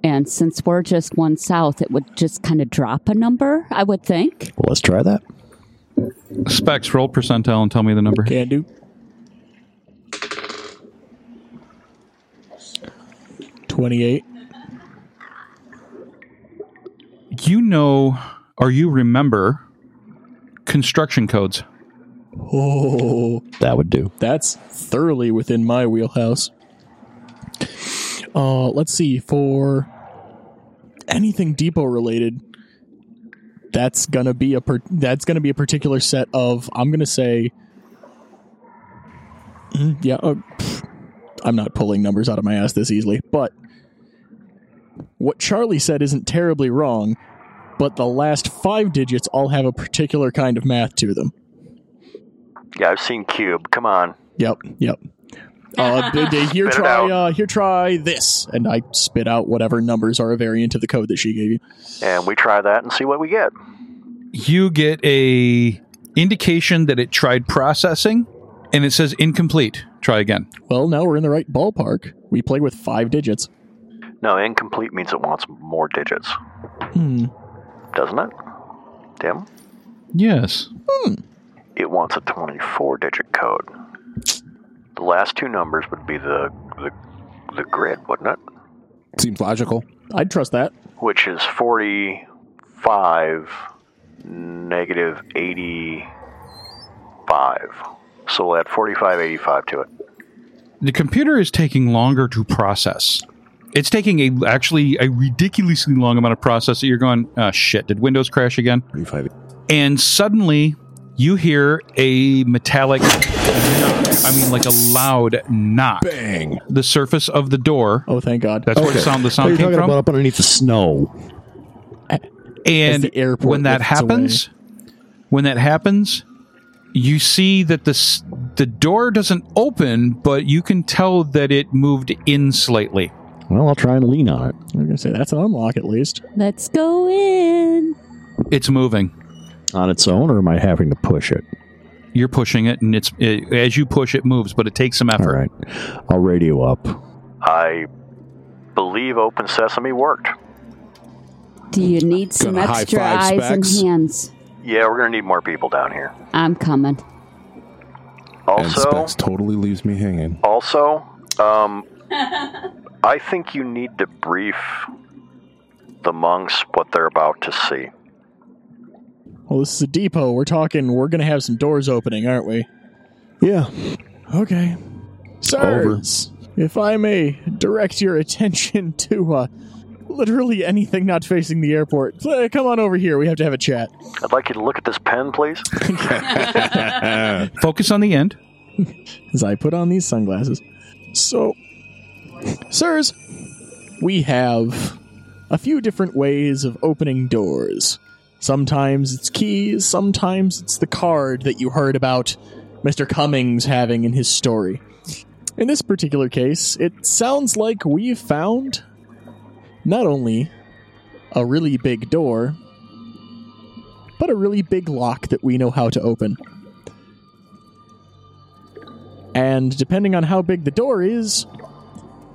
Speaker 4: And since we're just one south, it would just kind of drop a number, I would think.
Speaker 2: Well, let's try that.
Speaker 1: Specs roll percentile and tell me the number.
Speaker 5: Can do. Twenty-eight.
Speaker 1: You know, or you remember, construction codes.
Speaker 5: Oh,
Speaker 2: That would do.
Speaker 5: that's thoroughly within my wheelhouse. Uh, let's see for anything depot related. That's gonna be a per- that's gonna be a particular set of. I'm gonna say, Mm, yeah. Uh, pff, I'm not pulling numbers out of my ass this easily, but what Charlie said isn't terribly wrong. But the last five digits all have a particular kind of math to them.
Speaker 8: Yeah, I've seen Cube. Come on.
Speaker 5: Yep, yep. Uh, d-
Speaker 8: *laughs*
Speaker 5: d- here
Speaker 8: Spit it
Speaker 5: try,
Speaker 8: out.
Speaker 5: uh, here try this, and I spit out whatever numbers are a variant of the code that she gave you.
Speaker 8: And we try that and see what we get.
Speaker 1: You get a indication that it tried processing and it says incomplete. Try again.
Speaker 5: Well, now we're in the right ballpark. We play with five digits.
Speaker 8: No, incomplete means it wants more digits,
Speaker 5: Hmm.
Speaker 8: doesn't it? Tim?
Speaker 1: Yes.
Speaker 8: It wants a 24 digit code. The last two numbers would be the, the, the grid, wouldn't it?
Speaker 3: Seems logical.
Speaker 5: I'd trust that.
Speaker 8: Which is 45 negative 85. So we'll add 4585 to it.
Speaker 1: the computer is taking longer to process. It's taking a actually a ridiculously long amount of process that you're going, oh shit, did Windows crash again?
Speaker 3: 35.
Speaker 1: And suddenly you hear a metallic knock. I mean like a loud knock.
Speaker 3: Bang.
Speaker 1: The surface of the door.
Speaker 5: Oh, thank God.
Speaker 1: That's where the sound the
Speaker 2: What are
Speaker 1: sound
Speaker 2: you
Speaker 1: came
Speaker 2: talking
Speaker 1: from.
Speaker 2: about up underneath the snow?
Speaker 1: and
Speaker 5: As the airport
Speaker 1: when that
Speaker 5: lifts away.
Speaker 1: happens when that happens you see that the s- the door doesn't open but you can tell that it moved in slightly
Speaker 2: Well, I'll try and lean on it.
Speaker 5: I'm gonna say that's an unlock at least.
Speaker 4: Let's go in.
Speaker 1: it's moving
Speaker 2: On its own, or am I having to push it?
Speaker 1: you're pushing it and it's it, as you push it moves but it takes some
Speaker 2: All
Speaker 1: effort
Speaker 2: right. I'll radio up.
Speaker 8: I believe Open Sesame worked.
Speaker 4: Do you need some
Speaker 3: Gonna high
Speaker 4: extra
Speaker 3: five
Speaker 4: eyes
Speaker 3: specs?
Speaker 4: and hands?
Speaker 8: Yeah, we're going to need more people down here.
Speaker 4: I'm coming.
Speaker 3: And
Speaker 8: Also,
Speaker 3: Specs totally leaves me hanging.
Speaker 8: also, um, *laughs* I think you need to brief the monks what they're about to see.
Speaker 5: Well, this is a depot. We're talking. We're gonna have some doors opening, aren't we?
Speaker 2: Yeah.
Speaker 5: Okay. Sirs, if I may direct your attention to uh, literally anything not facing the airport, Uh, come on over here. We have to have a chat.
Speaker 8: I'd like you to look at this pen, please.
Speaker 1: focus on the end
Speaker 5: as I put on these sunglasses. So, sirs, we have a few different ways of opening doors. Sometimes it's keys, sometimes it's the card that you heard about Mr. Cummings having in his story. In this particular case, it sounds like we've found not only a really big door, but a really big lock that we know how to open. And depending on how big the door is,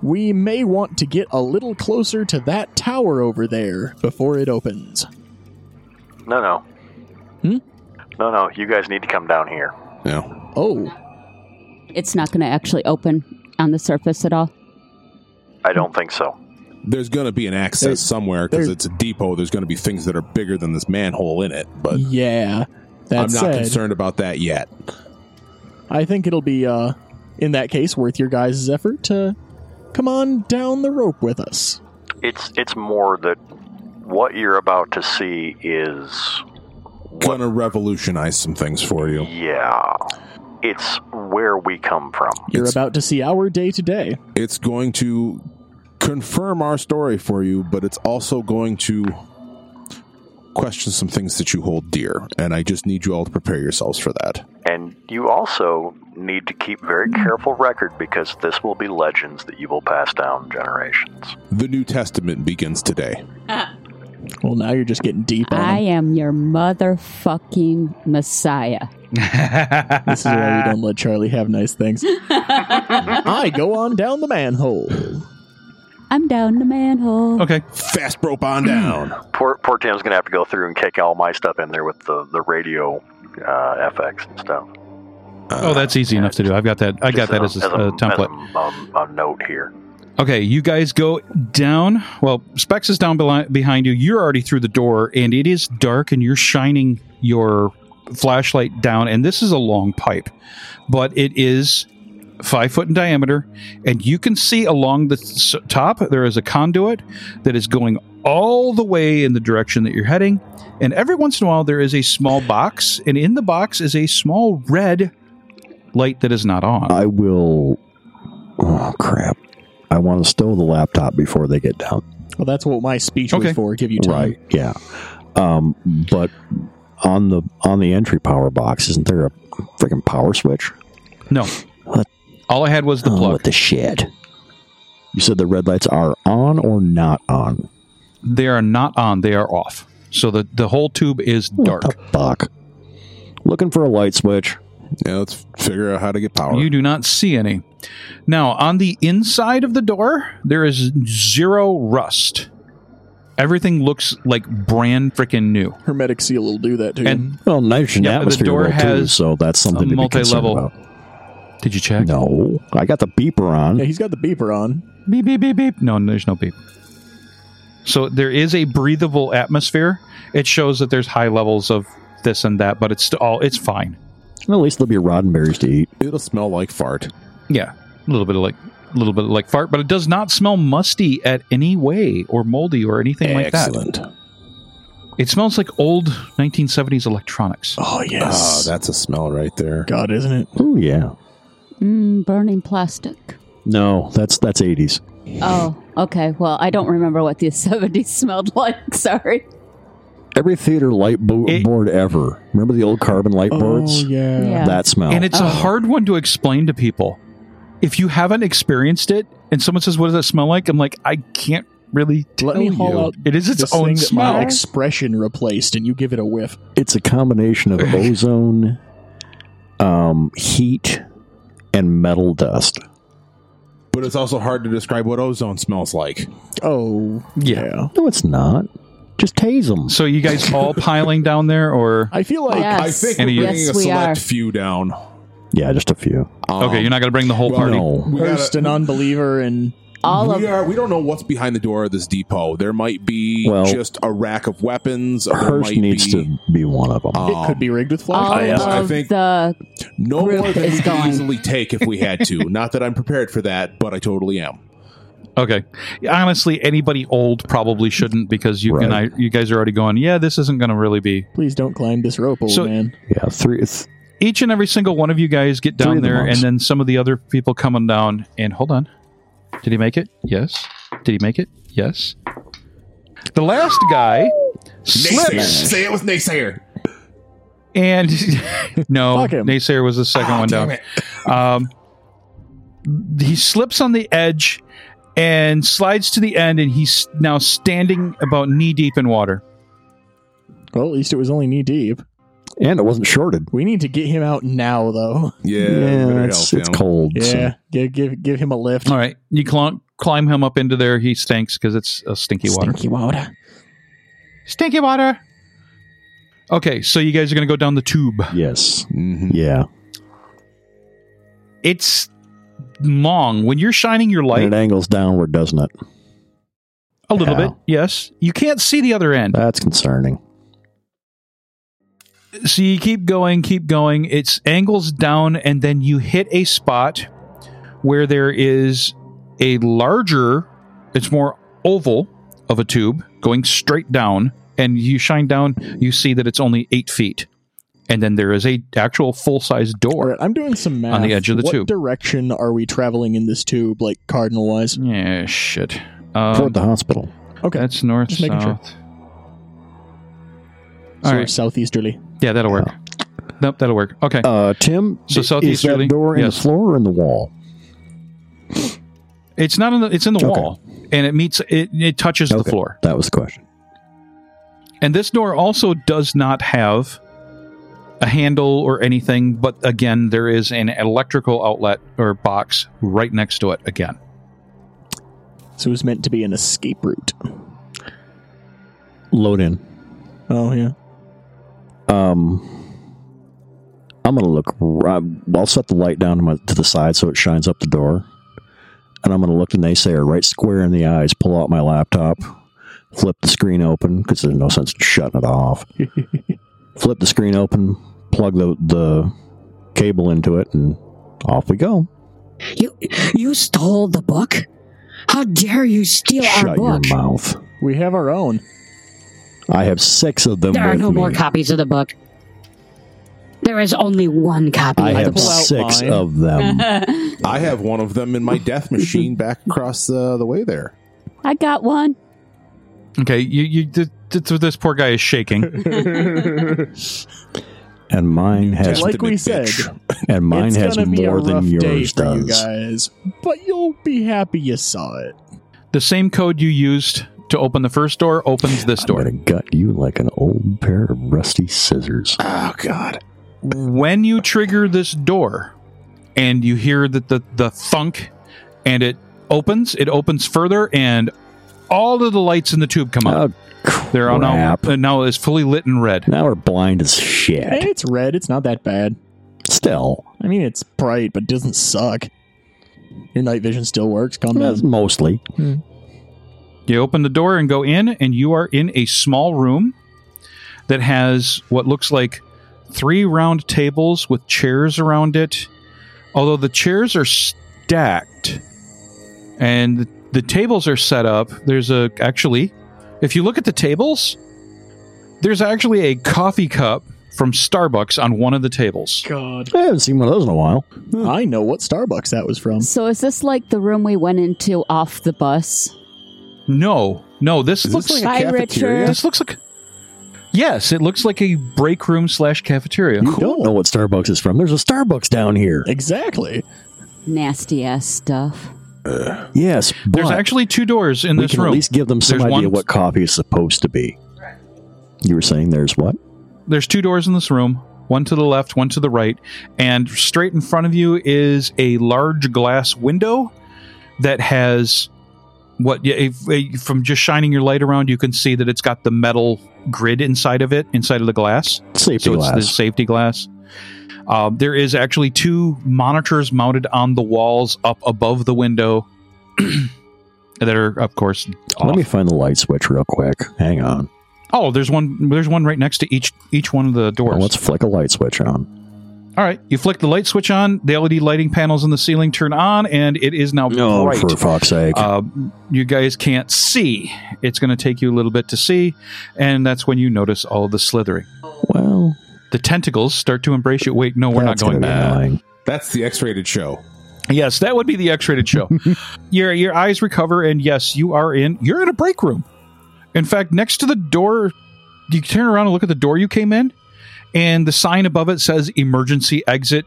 Speaker 5: we may want to get a little closer to that tower over there before it opens.
Speaker 8: No, no.
Speaker 5: Hmm?
Speaker 8: No, no. You guys need to come down here.
Speaker 3: No.
Speaker 5: Oh,
Speaker 4: It's not going to actually open on the surface at all.
Speaker 8: I don't think so.
Speaker 3: There's going to be an access
Speaker 5: There-
Speaker 3: somewhere because
Speaker 5: there-
Speaker 3: it's a depot. There's going to be things that are bigger than this manhole in it, but
Speaker 5: yeah. That
Speaker 3: I'm not
Speaker 5: said,
Speaker 3: concerned about that yet.
Speaker 5: I think it'll be, uh, in that case, worth your guys' effort to come on down the rope with us.
Speaker 8: It's it's more that what you're about to see is
Speaker 3: Going to revolutionize some things for you.
Speaker 8: yeah. It's where we come from.
Speaker 5: You're
Speaker 3: It's-
Speaker 5: about to see our day to day.
Speaker 3: It's going to confirm our story for you, but it's also going to question some things that you hold dear. And I just need you all to prepare yourselves for that.
Speaker 8: And you also need to keep very careful record because this will be legends that you will pass down generations.
Speaker 3: The New Testament begins today.
Speaker 5: Well, now you're just getting deep on
Speaker 4: I
Speaker 5: 'em.
Speaker 4: am your motherfucking messiah.
Speaker 5: *laughs* This is why we
Speaker 1: *laughs*
Speaker 5: don't let Charlie have nice things. I go on down the manhole.
Speaker 4: I'm down the manhole.
Speaker 3: Oh.
Speaker 1: okay
Speaker 3: Fast rope on
Speaker 1: Hmm.
Speaker 3: down.
Speaker 8: Poor, poor Tim's going to have to go through and kick all my stuff in there with the, the radio uh, FX and stuff.
Speaker 1: oh that's easy enough to do i've got that i got
Speaker 8: Just
Speaker 1: that as a, uh template
Speaker 8: As a, um, a note here.
Speaker 1: okay you guys go down well specs is down beli- behind you you're already through the door and it is dark and you're shining your flashlight down, and this is a long pipe, but it is five foot in diameter, and you can see along the s- top there is a conduit that is going all the way in the direction that you're heading. And every once in a while, there is a small box, and in the box is a small red light that is not on.
Speaker 2: I will. Oh crap! I want to stow the laptop before they get down.
Speaker 5: Well, that's what my speech
Speaker 1: Okay.
Speaker 5: was for. Give you time.
Speaker 2: Right? Yeah. Um, but on the on the entry power box, isn't there a freaking power switch?
Speaker 1: no.
Speaker 2: What?
Speaker 1: All I had was the
Speaker 2: Oh,
Speaker 1: plug.
Speaker 2: what the shit? You said the red lights are on or not on?
Speaker 1: they are not on, they are off. So the, the whole tube is dark.
Speaker 2: What the fuck? Looking for a light switch.
Speaker 3: Yeah, let's figure out how to get power.
Speaker 1: You do not see any. Now, on the inside of the door, there is zero rust. Everything looks like brand freaking new.
Speaker 5: Hermetic seal will do that to you.
Speaker 1: And
Speaker 2: Well, nitrogen
Speaker 1: Yeah, but the
Speaker 2: atmosphere
Speaker 1: door
Speaker 2: will too,
Speaker 1: has
Speaker 2: so that's something to be concerned
Speaker 1: multi-level-
Speaker 2: about.
Speaker 1: did you check?
Speaker 2: No, I got the beeper on.
Speaker 5: yeah, he's got the beeper on.
Speaker 1: Beep beep beep beep. No, there's no beep. So there is a breathable atmosphere. It shows that there's high levels of this and that, but it's all it's fine.
Speaker 2: At least there'll be roddenberries to eat.
Speaker 3: It'll smell like fart.
Speaker 1: Yeah, a little bit of like a little bit of like fart, but it does not smell musty at any way or moldy or anything like that.
Speaker 3: Excellent.
Speaker 1: It smells like old 1970s electronics.
Speaker 5: Oh
Speaker 3: Ah,
Speaker 5: yes.
Speaker 3: that's a smell right there.
Speaker 5: God, isn't it?
Speaker 2: Oh yeah.
Speaker 4: Mm, burning plastic.
Speaker 2: No, that's that's eighties.
Speaker 4: Oh, okay. Well, I don't remember what the *laughs* 70s smelled like. *laughs* Sorry.
Speaker 2: Every theater light bo-
Speaker 1: It-
Speaker 2: board ever. Remember the old carbon light boards?
Speaker 5: Oh yeah.
Speaker 4: Yeah.
Speaker 2: That smell.
Speaker 1: And it's a
Speaker 4: Oh.
Speaker 1: hard one to explain to people. If you haven't experienced it and someone says, What does that smell like? I'm like, I can't really tell
Speaker 5: Let me haul
Speaker 1: you.
Speaker 5: out
Speaker 1: it is its
Speaker 5: This
Speaker 1: own
Speaker 5: thing that my
Speaker 1: smell.
Speaker 5: expression replaced, and you give it a whiff.
Speaker 2: it's a combination of ozone, um, heat, and metal dust.
Speaker 3: But it's also hard to describe what ozone smells like.
Speaker 5: Oh
Speaker 1: Yeah.
Speaker 2: No, it's not. Just tase them.
Speaker 1: So you guys
Speaker 5: *laughs*
Speaker 1: all piling down there or
Speaker 5: I feel like
Speaker 4: Yeah.
Speaker 3: I think
Speaker 1: Any-
Speaker 3: we're bringing
Speaker 4: Yes,
Speaker 3: a
Speaker 4: we
Speaker 3: select
Speaker 4: are.
Speaker 3: few down.
Speaker 2: Yeah, just a few.
Speaker 5: Um,
Speaker 1: Okay, you're not going to bring the whole
Speaker 3: well,
Speaker 1: party.
Speaker 2: No.
Speaker 3: We
Speaker 5: Hurst,
Speaker 3: gotta-
Speaker 5: a non-believer, and
Speaker 4: All
Speaker 3: we
Speaker 4: of
Speaker 3: are. We don't know what's behind the door of this depot. There might be
Speaker 2: Well-
Speaker 3: just a rack of weapons. or there
Speaker 2: Hearst
Speaker 3: might
Speaker 2: needs
Speaker 3: be,
Speaker 2: to be one of them.
Speaker 3: um,
Speaker 5: it could be rigged with
Speaker 4: all
Speaker 5: flashlights.
Speaker 3: yes, I
Speaker 4: of
Speaker 3: think-
Speaker 4: the
Speaker 3: no
Speaker 4: group
Speaker 3: more than
Speaker 4: is
Speaker 3: we could
Speaker 4: going.
Speaker 3: easily take if we had
Speaker 4: *laughs*
Speaker 3: to. Not that I'm prepared for that, but I totally am.
Speaker 1: Okay. Honestly, anybody old probably shouldn't because you can I,
Speaker 2: Right.
Speaker 1: you guys are already going, yeah, this isn't going to really be.
Speaker 5: Please don't climb this rope, old
Speaker 1: So-
Speaker 5: man.
Speaker 2: yeah, three. Th-
Speaker 1: Each and every single one of you guys get
Speaker 2: Three
Speaker 1: down
Speaker 2: of the
Speaker 1: there and
Speaker 2: monks.
Speaker 1: then some of the other people coming down and hold on. Did he make it? Yes. Did he make it? Yes. The last guy
Speaker 3: Naysayer.
Speaker 1: slips
Speaker 3: Say it with naysayer.
Speaker 1: and *laughs* no,
Speaker 5: Fuck him.
Speaker 1: Naysayer was the
Speaker 3: Ah,
Speaker 1: second one down. Um, he slips on the edge and slides to the end, and he's now standing about knee deep in water.
Speaker 5: Well, at least it was only knee deep.
Speaker 2: and it wasn't shorted.
Speaker 5: We need to get him out
Speaker 1: *laughs*
Speaker 5: now, though.
Speaker 3: Yeah, we better
Speaker 2: Yeah,
Speaker 3: help
Speaker 2: it's, it's
Speaker 3: him.
Speaker 2: cold. so-
Speaker 5: Yeah, give give give him a lift.
Speaker 1: All right, you cl- climb him up into there. He stinks because it's a stinky water.
Speaker 5: Stinky water.
Speaker 1: Stinky water. Okay, so you guys are going to go down the tube.
Speaker 2: Yes.
Speaker 1: Mm-hmm.
Speaker 3: Mhm.
Speaker 2: Yeah.
Speaker 1: It's long. When you're shining your
Speaker 2: And
Speaker 1: light
Speaker 2: it angles downward, doesn't it?
Speaker 1: a little
Speaker 2: Yeah.
Speaker 1: bit, yes, you can't see the other end.
Speaker 2: That's concerning.
Speaker 1: so you keep going, keep going. It's angles down, and then you hit a spot where there is a larger, it's more oval of a tube going straight down. And you shine down, you see that it's only eight feet, and then there is a actual full size
Speaker 5: All
Speaker 1: door.
Speaker 5: right, I'm doing some math.
Speaker 1: On the edge of the
Speaker 5: what
Speaker 1: tube.
Speaker 5: direction are we traveling in this tube, like cardinal wise?
Speaker 1: Yeah, shit. Um,
Speaker 2: Toward the hospital.
Speaker 5: Okay,
Speaker 1: That's north
Speaker 5: Just making
Speaker 1: south.
Speaker 5: sure. so
Speaker 1: all
Speaker 5: we're
Speaker 1: right.
Speaker 5: southeasterly.
Speaker 1: Yeah, that'll work. Nope, that'll work. Okay.
Speaker 2: Uh, Tim,
Speaker 1: So
Speaker 2: i- is
Speaker 1: southeasterly?
Speaker 2: that door in
Speaker 1: Yes.
Speaker 2: the floor or in the wall?
Speaker 1: it's not in the it's in the
Speaker 2: Okay.
Speaker 1: wall. And it meets it it touches the
Speaker 2: Okay.
Speaker 1: floor.
Speaker 2: That was the question.
Speaker 1: And this door also does not have a handle or anything, but again, there is an electrical outlet or box right next to it again.
Speaker 5: So it was meant to be an escape route.
Speaker 2: Load in.
Speaker 5: Oh yeah.
Speaker 2: Um, I'm gonna look. r- I'll set the light down to, my, to the side so it shines up the door, and I'm gonna look the naysayer right square in the eyes. Pull out my laptop,
Speaker 5: *laughs*
Speaker 2: flip the screen open because there's no sense in shutting it off. flip the screen open, plug the the cable into it, and off we go.
Speaker 7: You you stole the book? How dare you steal our
Speaker 2: Shut your
Speaker 7: book?
Speaker 2: mouth.
Speaker 5: We have our own.
Speaker 2: I have six of them
Speaker 7: There are
Speaker 2: with
Speaker 7: no
Speaker 2: me.
Speaker 7: more copies of the book. There is only one copy
Speaker 2: I
Speaker 7: of the
Speaker 2: have
Speaker 5: pull
Speaker 7: book.
Speaker 5: out
Speaker 2: six
Speaker 5: mine.
Speaker 2: of them.
Speaker 7: *laughs*
Speaker 3: I have one of them in my
Speaker 5: *laughs*
Speaker 3: death machine back across the, the way there.
Speaker 4: I got one.
Speaker 1: Okay, you you th- th- th- this poor guy is shaking.
Speaker 2: and mine has
Speaker 5: Like we
Speaker 3: Bitch.
Speaker 5: said,
Speaker 2: and mine
Speaker 5: it's
Speaker 2: has
Speaker 5: gonna be
Speaker 2: more
Speaker 5: a rough
Speaker 2: than
Speaker 5: day
Speaker 2: yours
Speaker 5: for you
Speaker 2: does.
Speaker 5: guys, but you'll be happy you saw it.
Speaker 1: the same code you used to open the first door opens this
Speaker 2: I'm
Speaker 1: door.
Speaker 2: gonna gut you like an old pair of rusty scissors.
Speaker 5: Oh God!
Speaker 1: When you trigger this door and you hear that the the thunk and it opens, it opens further and all of the lights in the tube come up.
Speaker 2: Oh, crap.
Speaker 1: They're all now, uh, now it's fully lit in red.
Speaker 2: Now we're blind as
Speaker 5: Hey,
Speaker 2: shit.
Speaker 5: it's red. It's not that bad.
Speaker 2: Still,
Speaker 5: I mean, it's bright, but it doesn't suck. Your night vision still works.
Speaker 3: Hmm.
Speaker 5: Calm
Speaker 2: that's
Speaker 5: down.
Speaker 2: mostly.
Speaker 1: You open the door and go in, and you are in a small room that has what looks like three round tables with chairs around it. Although the chairs are stacked and the tables are set up, there's a actually, if you look at the tables, there's actually a coffee cup from Starbucks on one of the tables.
Speaker 5: God,
Speaker 2: I haven't seen one of those in a while.
Speaker 5: I know what Starbucks that was from.
Speaker 4: So is this like the room we went into off the bus?
Speaker 1: No, no, this
Speaker 3: Is
Speaker 1: looks
Speaker 3: this
Speaker 1: like
Speaker 3: like a
Speaker 4: Hi,
Speaker 3: cafeteria?
Speaker 4: Richard.
Speaker 1: this looks like yes, it looks like a break room slash cafeteria.
Speaker 2: You don't know what Starbucks is from. There's a Starbucks down here.
Speaker 5: Exactly.
Speaker 4: Nasty ass stuff.
Speaker 2: Yes, but
Speaker 1: There's actually two doors in
Speaker 2: we
Speaker 1: this
Speaker 2: can
Speaker 1: room.
Speaker 2: at least give them some
Speaker 1: There's
Speaker 2: idea
Speaker 1: one-
Speaker 2: what coffee is supposed to be. You were saying there's what?
Speaker 1: There's two doors in this room, one to the left, one to the right, and straight in front of you is a large glass window that has what yeah, if, if- from just shining your light around you can see that it's got the metal grid inside of it, inside of the glass.
Speaker 2: Safety
Speaker 1: so it's the
Speaker 2: glass.
Speaker 1: safety glass. Um, there is actually two monitors mounted on the walls up above the window *clears throat* that are, of course, off.
Speaker 2: Let me find the light switch real quick. Hang on.
Speaker 1: oh, there's one. There's one right next to each each one of the doors.
Speaker 2: Well, let's flick a light switch on.
Speaker 1: All right, you flick the light switch on. The LED lighting panels in the ceiling turn on, and it is now bright.
Speaker 2: Oh, for fuck's sake.
Speaker 1: Oh, Uh, you guys can't see. It's going to take you a little bit to see, and that's when you notice all the slithering.
Speaker 2: well,
Speaker 1: The tentacles start to embrace you. Wait, no, we're
Speaker 2: that's
Speaker 1: not going
Speaker 2: gonna be
Speaker 1: back.
Speaker 2: annoying.
Speaker 3: That's the X-rated show.
Speaker 1: Yes, that would be the X-rated
Speaker 2: *laughs*
Speaker 1: show. your your eyes recover, and yes, you are in. You're in a break room. In fact, next to the door, you turn around and look at the door you came in, and the sign above it says "emergency exit,"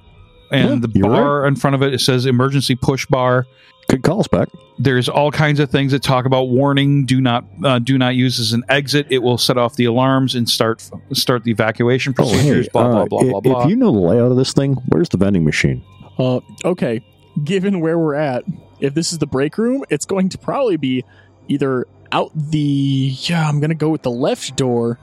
Speaker 1: and the
Speaker 2: you're
Speaker 1: bar in front of it, it says "emergency push bar."
Speaker 2: Good call, Spec.
Speaker 1: There's all kinds of things that talk about warning: do not uh, do not use as an exit. It will set off the alarms and start start the evacuation procedures. blah blah
Speaker 2: uh,
Speaker 1: blah
Speaker 2: i-
Speaker 1: blah blah.
Speaker 2: If you know the layout of this thing, where's the vending machine?
Speaker 5: Uh, okay. Given where we're at, if this is the break room, it's going to probably be either out the. Yeah, I'm gonna go with the left door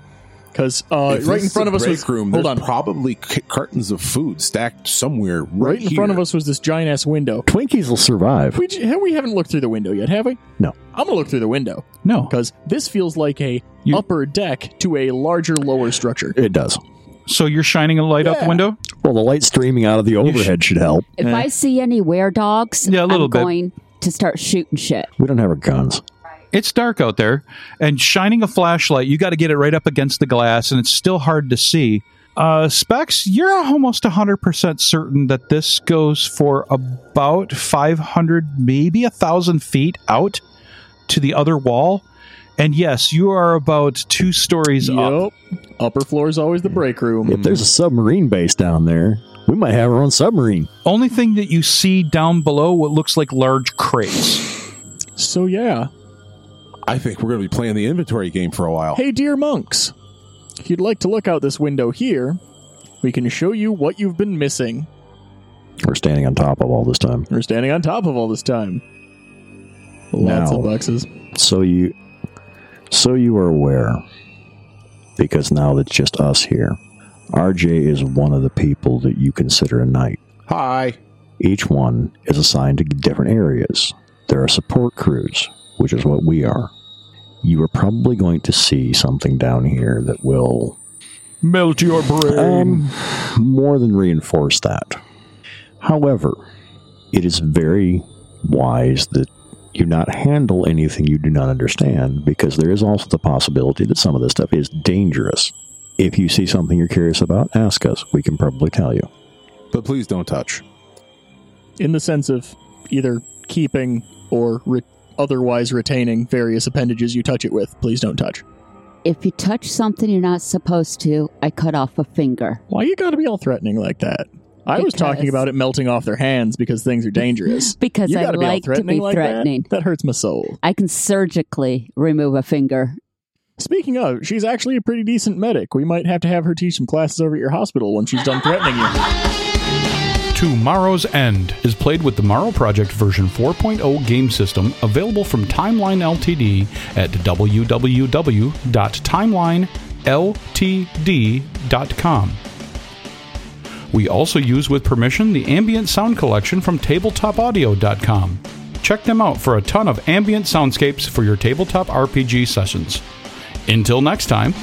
Speaker 5: because uh,
Speaker 3: If
Speaker 5: right
Speaker 3: this
Speaker 5: in
Speaker 3: is
Speaker 5: front
Speaker 3: a
Speaker 5: of us
Speaker 3: break
Speaker 5: was
Speaker 3: room.
Speaker 5: hold
Speaker 3: there's
Speaker 5: on.
Speaker 3: probably c- cartons of food stacked somewhere right,
Speaker 5: right in front of
Speaker 3: here.
Speaker 5: us was this giant ass window.
Speaker 2: Twinkies will survive.
Speaker 5: We, j- we haven't looked through the window yet, have we?
Speaker 2: No.
Speaker 5: I'm gonna look through the window
Speaker 1: no,
Speaker 5: because this feels like a
Speaker 1: You-
Speaker 5: upper deck to a larger lower structure.
Speaker 2: It does.
Speaker 1: so you're shining a light out the
Speaker 5: Yeah.
Speaker 1: window.
Speaker 2: Well, the light streaming out of the overhead should help.
Speaker 4: If I see any were dogs,
Speaker 1: Yeah, a little
Speaker 4: I'm
Speaker 1: bit.
Speaker 4: going to start shooting shit.
Speaker 2: We don't have our guns.
Speaker 1: it's dark out there and shining a flashlight you got to get it right up against the glass and it's still hard to see uh specs you're almost 100% certain that this goes for about 500 maybe a thousand feet out to the other wall and yes you are about two stories up
Speaker 5: Yup. Upper floor is always the break room.
Speaker 2: If there's a submarine base down there, we might have our own submarine.
Speaker 1: only thing that you see down below what looks like large crates
Speaker 5: So yeah.
Speaker 3: I think we're going to be playing the inventory game for a while.
Speaker 5: Hey, dear monks, if you'd like to look out this window here, we can show you what you've been missing.
Speaker 2: We're standing on top of all this time.
Speaker 5: We're standing on top of all this time. Lots
Speaker 2: Now.
Speaker 5: of boxes.
Speaker 2: So you, so you are aware, because now it's just us here. RJ is one of the people that you consider a knight.
Speaker 3: Hi.
Speaker 2: Each one is assigned to different areas. There are support crews, which is what we are. You are probably going to see something down here that will
Speaker 1: Melt your brain.
Speaker 2: Um, more than reinforce that. However, it is very wise that you not handle anything you do not understand because there is also the possibility that some of this stuff is dangerous. If you see something you're curious about, ask us. We can probably tell you.
Speaker 3: But please don't touch.
Speaker 5: in the sense of either keeping or re- otherwise retaining various appendages you touch it with. Please don't touch.
Speaker 4: If you touch something you're not supposed to, I cut off a finger.
Speaker 5: Why you gotta be all threatening like that? I was talking
Speaker 4: Because-
Speaker 5: about it melting off their hands because things are dangerous.
Speaker 4: *laughs* Because
Speaker 5: you
Speaker 4: I
Speaker 5: gotta be all
Speaker 4: like to
Speaker 5: threatening
Speaker 4: be
Speaker 5: like
Speaker 4: threatening.
Speaker 5: That. that hurts my soul.
Speaker 4: I can surgically remove a finger.
Speaker 5: Speaking of, she's actually a pretty decent medic. We might have to have her teach some classes over at your hospital when she's done threatening you.
Speaker 1: Tomorrow's End is played with the Morrow Project version 4.0 game system available from Timeline LTD at www.timelineltd.com. We also use with permission the ambient sound collection from tabletopaudio.com. Check them out for a ton of ambient soundscapes for your tabletop RPG sessions. Until next time,